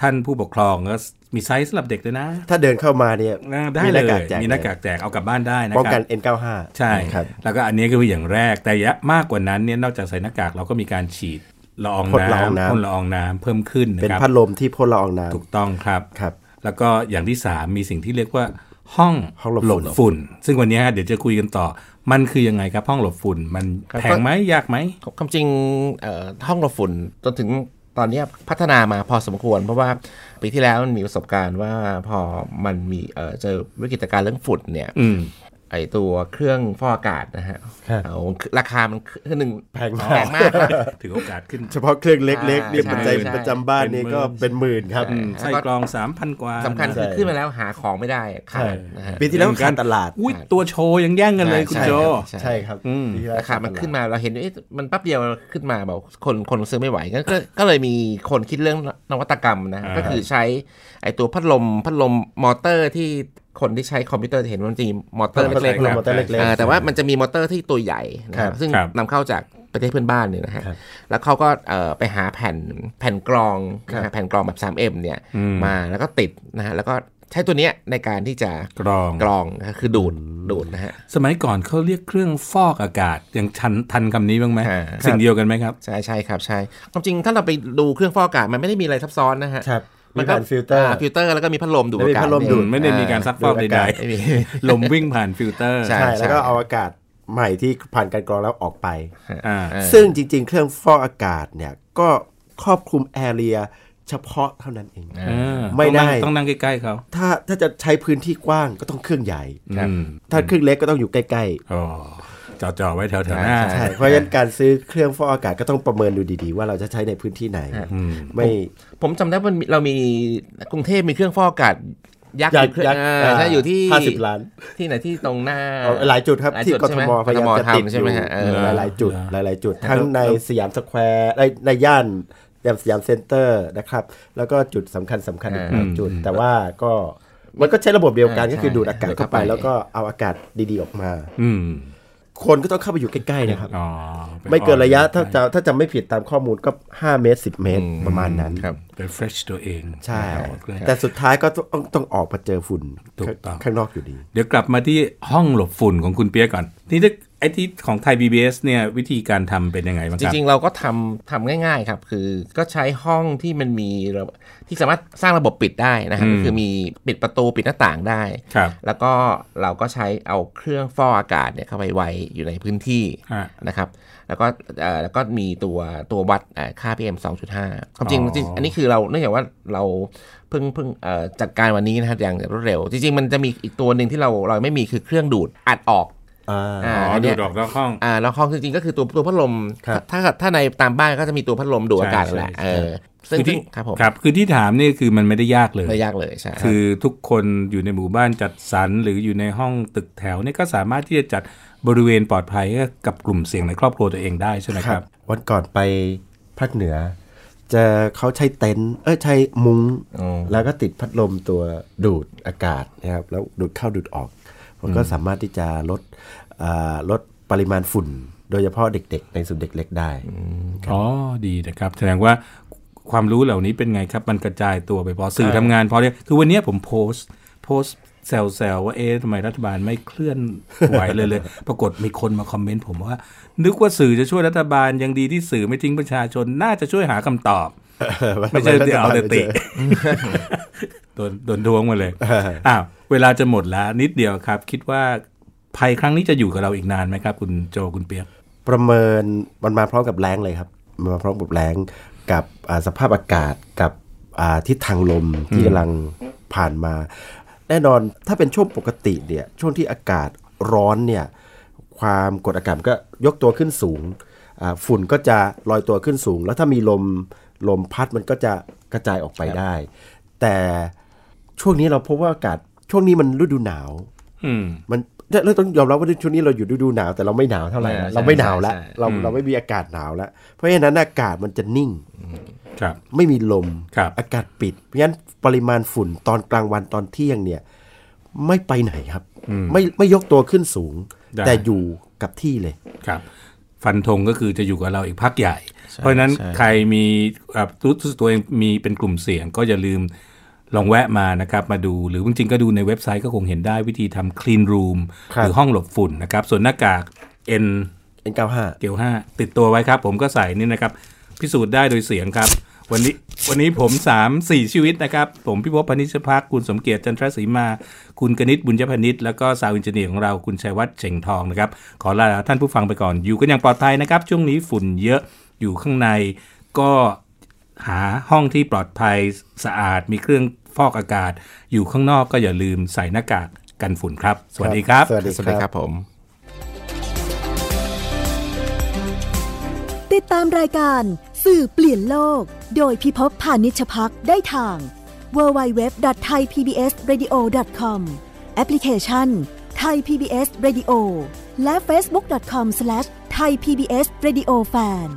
[SPEAKER 2] ท่านผู้ปกครองก็มีไซส์สำหรับเด็กด้วยนะ
[SPEAKER 3] ถ้าเดินเข้ามาเนี่ย
[SPEAKER 2] ได้
[SPEAKER 3] มีห
[SPEAKER 2] เล
[SPEAKER 3] น้ากาก
[SPEAKER 2] ย
[SPEAKER 3] แจก
[SPEAKER 2] มีหน้ากากแจกเอากลับบ้านได้นะครับ
[SPEAKER 3] ป้องกัน N95
[SPEAKER 2] ใช่
[SPEAKER 3] ครับ
[SPEAKER 2] แล้วก็อันนี้ก็คืออย่างแรก แต่ยะมากกว่านั้นเนี่ย นอกจากใส่หน้ากากเราก็มีการฉีดละออง
[SPEAKER 3] พ่นละออง
[SPEAKER 2] น้ำ
[SPEAKER 3] น้ำ
[SPEAKER 2] พ่นละอองน้ำเพิ่มขึ้นนะ
[SPEAKER 3] เป็น
[SPEAKER 2] ครับ
[SPEAKER 3] พัดลมที่พ่นละอองน้
[SPEAKER 2] ถูกต้องครับ
[SPEAKER 3] ำครับ
[SPEAKER 2] แล้วก็อย่างที่ 3 มีสิ่งที่เรียกว่าห้อง
[SPEAKER 3] ห้องหลบฝุ่น
[SPEAKER 2] ฝุ่น ซึ่งวันนี้ฮะเดี๋ยวจะคุยกันต่อ มันคือยังไงครับห้องหลบฝุ่น มัน
[SPEAKER 4] ครับ
[SPEAKER 2] แพงไหมยากไหม
[SPEAKER 4] ความจริงเอ่อห้องหลบฝุ่นจนถึงตอนเนี้ยพัฒนามาพอสมควร เพราะว่าปีที่แล้วมันมีประสบการณ์ว่าพอมันมีเอ่อเจอวิกฤตการณ์เรื่องฝุ่นเนี่ย
[SPEAKER 2] อืม
[SPEAKER 4] ไอตัวเครื่องฟอกอากาศนะฮะ
[SPEAKER 3] ครับ
[SPEAKER 4] เอาราคามันคือหนึ่ง
[SPEAKER 3] แพงมาก
[SPEAKER 4] แพงมาก นะ
[SPEAKER 2] ถือโอกาสขึ้น
[SPEAKER 3] เฉพาะเครื่องเล็กๆ
[SPEAKER 4] อ่า
[SPEAKER 3] นี่ปัจจัย
[SPEAKER 2] ใช่ใช่
[SPEAKER 3] ประจำบ้านนี่ก็เป็นหมื่นครับ
[SPEAKER 4] ใช่
[SPEAKER 2] ใส่กรอง 3,000 กว่า
[SPEAKER 4] สำคัญคือขึ้นมาแล้วหาของไม่ได้ขาดนะฮะ
[SPEAKER 3] ปีที่แล้วขาดตลาด
[SPEAKER 2] อุ้ยตัวโชว์ยังแย่งกันเลยคุณ
[SPEAKER 4] ใช่
[SPEAKER 2] โจ
[SPEAKER 4] ครับใช่
[SPEAKER 3] ใช่ครับ
[SPEAKER 2] อืม
[SPEAKER 3] ปีที่แล้ว
[SPEAKER 4] ราคามันขึ้นมาเราเห็นเอ๊ะมันแป๊บเดียวขึ้นมาแบบคนคนซื้อไม่ไหวก็ก็ก็เลยมีคนคิดเรื่องนวัตกรรมนะ
[SPEAKER 2] อ่า
[SPEAKER 4] ก็คือใช้ไอตัวพัดลมพัดลมมอเตอร์ที่คนที่ใช้คอมพิวเตอร์จะเห็นว่ามันจะมีมอเตอร์
[SPEAKER 3] พัดลม
[SPEAKER 4] เล็ก
[SPEAKER 3] พัดลมมอเตอร์เล็ก
[SPEAKER 4] ๆอ่า
[SPEAKER 3] ๆ
[SPEAKER 4] แต่ว่ามันจะมีมอเตอร์ที่ตัวใหญ่นะครับ ซึ่ง
[SPEAKER 2] ครับ
[SPEAKER 4] นำเข้าจาก ประเทศเพื่อนบ้านเนี่ยนะฮะ
[SPEAKER 2] ครับ
[SPEAKER 4] แล้วเขาก็เอ่อไปหาแผ่นแผ่นกรองนะฮะแผ่นกรองแบบ 3M เนี่ย
[SPEAKER 2] อืม
[SPEAKER 4] มาแล้วก็ติดนะฮะแล้วก็ใช้ตัวเนี้ยในการที่จะ
[SPEAKER 2] กรอง
[SPEAKER 4] กรองนะฮะคือดูดดูดนะฮะ
[SPEAKER 2] สมัยก่อนเขาเรียกเครื่องฟอกอากาศยังชันทันคำนี้บ้างไหม
[SPEAKER 4] อ่า
[SPEAKER 2] สิ่งเดียวกันไหมครับ
[SPEAKER 4] ใช่ใช่ครับใช่ความจริงถ้าเราไปดูเครื่องฟอกอากาศมันไม่ได้มีอะไรซับซ้อนนะฮะ
[SPEAKER 3] ครับ
[SPEAKER 4] มันก็
[SPEAKER 3] มีแผ่นฟิลเตอร์
[SPEAKER 4] าฟิลเตอร์แล้วก็มีพัดลมดูด
[SPEAKER 3] แล้วมี
[SPEAKER 4] อากาศ
[SPEAKER 3] พัดลมดูด
[SPEAKER 2] ไม่ได้มีการซักฟอกใด
[SPEAKER 4] ไม่มี
[SPEAKER 2] ๆ ลมวิ่งผ่านฟิลเตอร์
[SPEAKER 4] ใช่
[SPEAKER 3] ใช่แล้วก็
[SPEAKER 4] ใช่
[SPEAKER 3] เอาอากาศใหม่ที่ผ่านการกรองแล้วออกไป
[SPEAKER 2] อ่า
[SPEAKER 3] ซึ่งจริง ๆ เครื่องฟอกอากาศเนี่ยก็ครอบคลุมแอเรียเฉพาะเท่า นั้นเอง
[SPEAKER 4] อ่า
[SPEAKER 3] ไม่ได้
[SPEAKER 2] ต้องนั่งต้องนั่งใกล้ๆเขา
[SPEAKER 3] ถ้าถ้าจะใช้พื้นที่กว้างก็ต้องเครื่องใหญ่
[SPEAKER 2] อืม
[SPEAKER 3] ถ้าเครื่องเล็กก็ต้องอยู่ใกล้
[SPEAKER 2] อ๋อจ่อๆไว้แถวๆหน้า
[SPEAKER 3] ๆ
[SPEAKER 4] ใช่
[SPEAKER 3] ใช่เพราะฉะนั้นการซื้อเครื่องฟอกอากาศก็ต้องประเมินดูดีๆ ว่าเราจะใช้ในพื้นที่ไหน ไม่
[SPEAKER 4] ผมจำได้ว่ามันมีเรามีกรุงเทพมีเครื่องฟอกอากาศยักษ์
[SPEAKER 3] ยักษ์
[SPEAKER 4] เครื่อง
[SPEAKER 3] ยักษ์
[SPEAKER 4] อ่าใช่อยู่ที่
[SPEAKER 3] ห้าสิบล้าน
[SPEAKER 4] ที่ไหนที่ตรงหน้า
[SPEAKER 3] เอาหลายจุดครับ ที่ก
[SPEAKER 4] ใช่
[SPEAKER 3] ท
[SPEAKER 4] ไห
[SPEAKER 3] มพยายามจะติด
[SPEAKER 4] กท
[SPEAKER 3] อ
[SPEAKER 4] ใช่ไห
[SPEAKER 3] ยู่
[SPEAKER 4] มฮะเออ
[SPEAKER 3] หลายๆจุด
[SPEAKER 2] เอ
[SPEAKER 3] ห
[SPEAKER 2] อ
[SPEAKER 3] ลายๆจุด ทั้งในสยามสแควร์ในในย่านสยามสยามเซ็นเตอร์นะครับ แล้วก็จุดสำคัญสำคัญอีกหลายจุด แต่ว่าก็มันก็ใช้ระบบเดียวกัน
[SPEAKER 4] ใช่
[SPEAKER 3] ก็คือดูดอากาศ
[SPEAKER 4] ดูด
[SPEAKER 3] เข้า
[SPEAKER 4] เข้า
[SPEAKER 3] ไป
[SPEAKER 4] ไป
[SPEAKER 3] แล้วก็เอาอากาศดีๆออกมา
[SPEAKER 2] อืม
[SPEAKER 3] คนก็ต้องเข้าไปอยู่ใกล้ๆนะครับ
[SPEAKER 2] อ๋อป
[SPEAKER 3] ไม่เกินระยะ
[SPEAKER 2] อ
[SPEAKER 3] ถ้า
[SPEAKER 2] อก
[SPEAKER 3] จะถ้าจำไม่ผิดตามข้อมูลก็ 5 เมตร 10 เมตรประมาณนั้น
[SPEAKER 4] ครับ
[SPEAKER 2] ไป fresh ตัวเอง
[SPEAKER 3] ใช่
[SPEAKER 2] เอาเครื่อง
[SPEAKER 3] แต่สุดท้ายก็ต้องต้องออกมาเจอฝุ่น
[SPEAKER 2] ถูกต้อง
[SPEAKER 3] ข้างนอกอยู่ดี
[SPEAKER 2] เดี๋ยวกลับมาที่ห้องหลบฝุ่นของคุณเปียกก่อน นี่ถ้าไอ้ที่ของไทย BBS เนี่ยวิธีการทำเป็นยังไงบ้าง
[SPEAKER 4] จ
[SPEAKER 2] ครับ
[SPEAKER 4] ริงๆ เราก็ทำทำง่ายๆครับ คือก็ใช้ห้องที่มันมีระบบที่สามารถสร้างระบบปิดได้นะฮะ
[SPEAKER 2] อืม
[SPEAKER 4] ก็คือมีปิดประตูปิดหน้าต่างได้
[SPEAKER 2] ครับ
[SPEAKER 4] แล้วก็เราก็ใช้เอาเครื่องฟอกอากาศเนี่ยเข้าไปไว้อยู่ในพื้นที่
[SPEAKER 2] ฮะ
[SPEAKER 4] นะครับ แล้วก็เอ่อแล้วก็มีตัวตัววัดเอ่อค่า PM 2.5 ความจริง
[SPEAKER 2] อ๋อ
[SPEAKER 4] จริงอันนี้คือเราเนื่องจากว่าเราเพิ่งเพิ่งเอ่อจัดการวันนี้นะฮะอย่างรวดเร็ว จริงๆ มันจะมีอีกตัวหนึ่งที่เราเราไม่มีคือเครื่องดูดอัดออก
[SPEAKER 3] อ่า
[SPEAKER 4] า
[SPEAKER 2] อ๋ออน ดู
[SPEAKER 4] เนี้ย
[SPEAKER 2] ดออกนอกห้อง
[SPEAKER 4] อ่าแล้วห้องจริงๆก็คือตัวตัวพัดลม
[SPEAKER 3] ครับ
[SPEAKER 4] ถ้าถ้าในตามบ้านก็จะมีตัวพัดลมดูดอากาศ
[SPEAKER 2] ใช่
[SPEAKER 4] นั่นแหละ
[SPEAKER 2] ใช่
[SPEAKER 4] เออซึ่ง
[SPEAKER 2] อที่
[SPEAKER 4] ที่ครับผม
[SPEAKER 2] ครับคือที่ถามนี่คือมันไม่ได้ยากเลย
[SPEAKER 4] ไม่ยากเลยใช่
[SPEAKER 2] คือทุกคนอยู่ในหมู่บ้านจัดสรรหรืออยู่ในห้องตึกแถวเนี่ยก็สามารถที่จะจัดบริเวณปลอดภัยให้กับกลุ่มเสี่ยงในครอบครัวตัวเองได้ใช่ไหมครับ
[SPEAKER 3] วันก่อนไปภาคเหนือ จะเขาใช้เต็นท์เอ้ยใช้มุง้ง
[SPEAKER 4] อ๋อ
[SPEAKER 3] แล้วก็ติดพัดลมตัวดูดอากาศนะครับแล้วดูดเข้าดูดออก มันก็สามารถที่จะลดอ่าลดปริมาณฝุ่น โดยเฉพาะเด็กๆ ในสุดเด็กเล็กได้
[SPEAKER 2] อ๋อดีนะครับแสดงว่าความรู้เหล่านี้เป็นไงครับ มันกระจายตัวไปพอสื่อทำงานพอเนี่ยคือวันเนี้ยผมโพสต์ โพสต์แซวๆว่าเอ๊ะทำไมรัฐบาลไม่เคลื่อนไหว เลยเลย ปรากฏมีคนมาคอมเมนต์ผมว่า นึกว่าสื่อจะช่วยรัฐบาลยังดีที่สื่อไม่ทิ้งประชาชนน่าจะช่วยหาคำตอบ ไม่ใช่เดี๋ยวเอาแต่ติ โดนโดนทวงมาเลยอ้าวเวลาจะหมดแล้วนิดเดียวครับ คิดว่าภัยครั้งนี้จะอยู่กับเราอีกนานไหมครับ คุณโจคุณเปียก
[SPEAKER 3] ประเมินมันมาพร้อมกับแรงเลยครับมันมาพร้อมกับแรงกับอ่าสภาพอากาศกับอ่าทิศทางลมที่กำลังผ่านมา แน่นอนถ้าเป็นช่วงปกติเนี่ยช่วงที่อากาศร้อนเนี่ยความกดอากาศมันก็ยกตัวขึ้นสูงอ่าฝุ่นก็จะลอยตัวขึ้นสูง แล้วถ้ามีลมลมพัดมันก็จะกระจายออกไปได้ แต่ช่วงนี้เราพบว่าอากาศช่วงนี้มันฤดูหนาว
[SPEAKER 2] อืม
[SPEAKER 3] มันเราต้องยอมรับว่าช่วงนี้เราอยู่ฤดูหนาวแต่เราไม่หนาวเท่าไหร่นะ
[SPEAKER 4] ใช่
[SPEAKER 3] เราไม่หนาวแล้ว
[SPEAKER 4] ใช่ใช่
[SPEAKER 3] เราเราไม่มีอากาศหนาวแล้ว เพราะฉะนั้นอากาศมันจะนิ่ง
[SPEAKER 2] ครับ
[SPEAKER 3] ไม่มีลม
[SPEAKER 2] ครับ
[SPEAKER 3] อากาศปิด เพราะฉะนั้นปริมาณฝุ่นตอนกลางวันตอนเที่ยงเนี่ย ไม่ไปไหนครับ ไม่ไม่ยกตัวขึ้นสูง
[SPEAKER 2] ได้
[SPEAKER 3] แต่อยู่กับที่เลย
[SPEAKER 2] ครับฟันธงก็คือจะอยู่กับเราอีกพักใหญ่ เพราะฉะนั้น
[SPEAKER 4] ใช่
[SPEAKER 2] ใครมีเอ่อรู้สึกตัวเองมีเป็นกลุ่มเสี่ยง ก็อย่าลืมลองแวะมานะครับมาดูหรือจริงๆก็ดูในเว็บไซต์ก็คงเห็นได้วิธีทำ clean room
[SPEAKER 3] ครั
[SPEAKER 2] ห
[SPEAKER 3] บ
[SPEAKER 2] รือห้องหลบฝุ่นนะครับส่วนหน้ากาก N
[SPEAKER 3] N95
[SPEAKER 2] เกลห้าติดตัวไว้ครับ ผมก็ใส่นี่นะครับ พิสูจน์ได้โดยเสียงครับ วันนี้วันนี้ผม 3 4 ชีวิตนะครับ ผมพิภพพนิชพัก คุณสมเกียรติจันทรศรีมา คุณกนิษฐ์บุญยพนิษฐ์แล้วก็สาวอินเจเนียร์ของเราคุณชัยวัฒน์เฉ่งทองนะครับ ขอลาท่านผู้ฟังไปก่อนอยู่กันอย่างปลอดภัยนะครับ ช่วงนี้ฝุ่นเยอะอยู่ข้างในก็หาห้องที่ปลอดภัยสะอาด มีเครื่องฟอกอากาศ อยู่ข้างนอกก็อย่าลืมใส่หน้ากากกันฝุ่นครับ สวัสดีครับ
[SPEAKER 3] สวัสดี
[SPEAKER 4] สวัส
[SPEAKER 3] ค
[SPEAKER 4] ดี
[SPEAKER 3] รับ
[SPEAKER 4] ครับผม
[SPEAKER 1] ติดตามรายการสื่อเปลี่ยนโลก โดยพิภพพานิชพักได้ทาง www.thaipbsradio.com แอปพลิเคชัน Thai PBS Radio และ facebook.com/thaipbsradiofan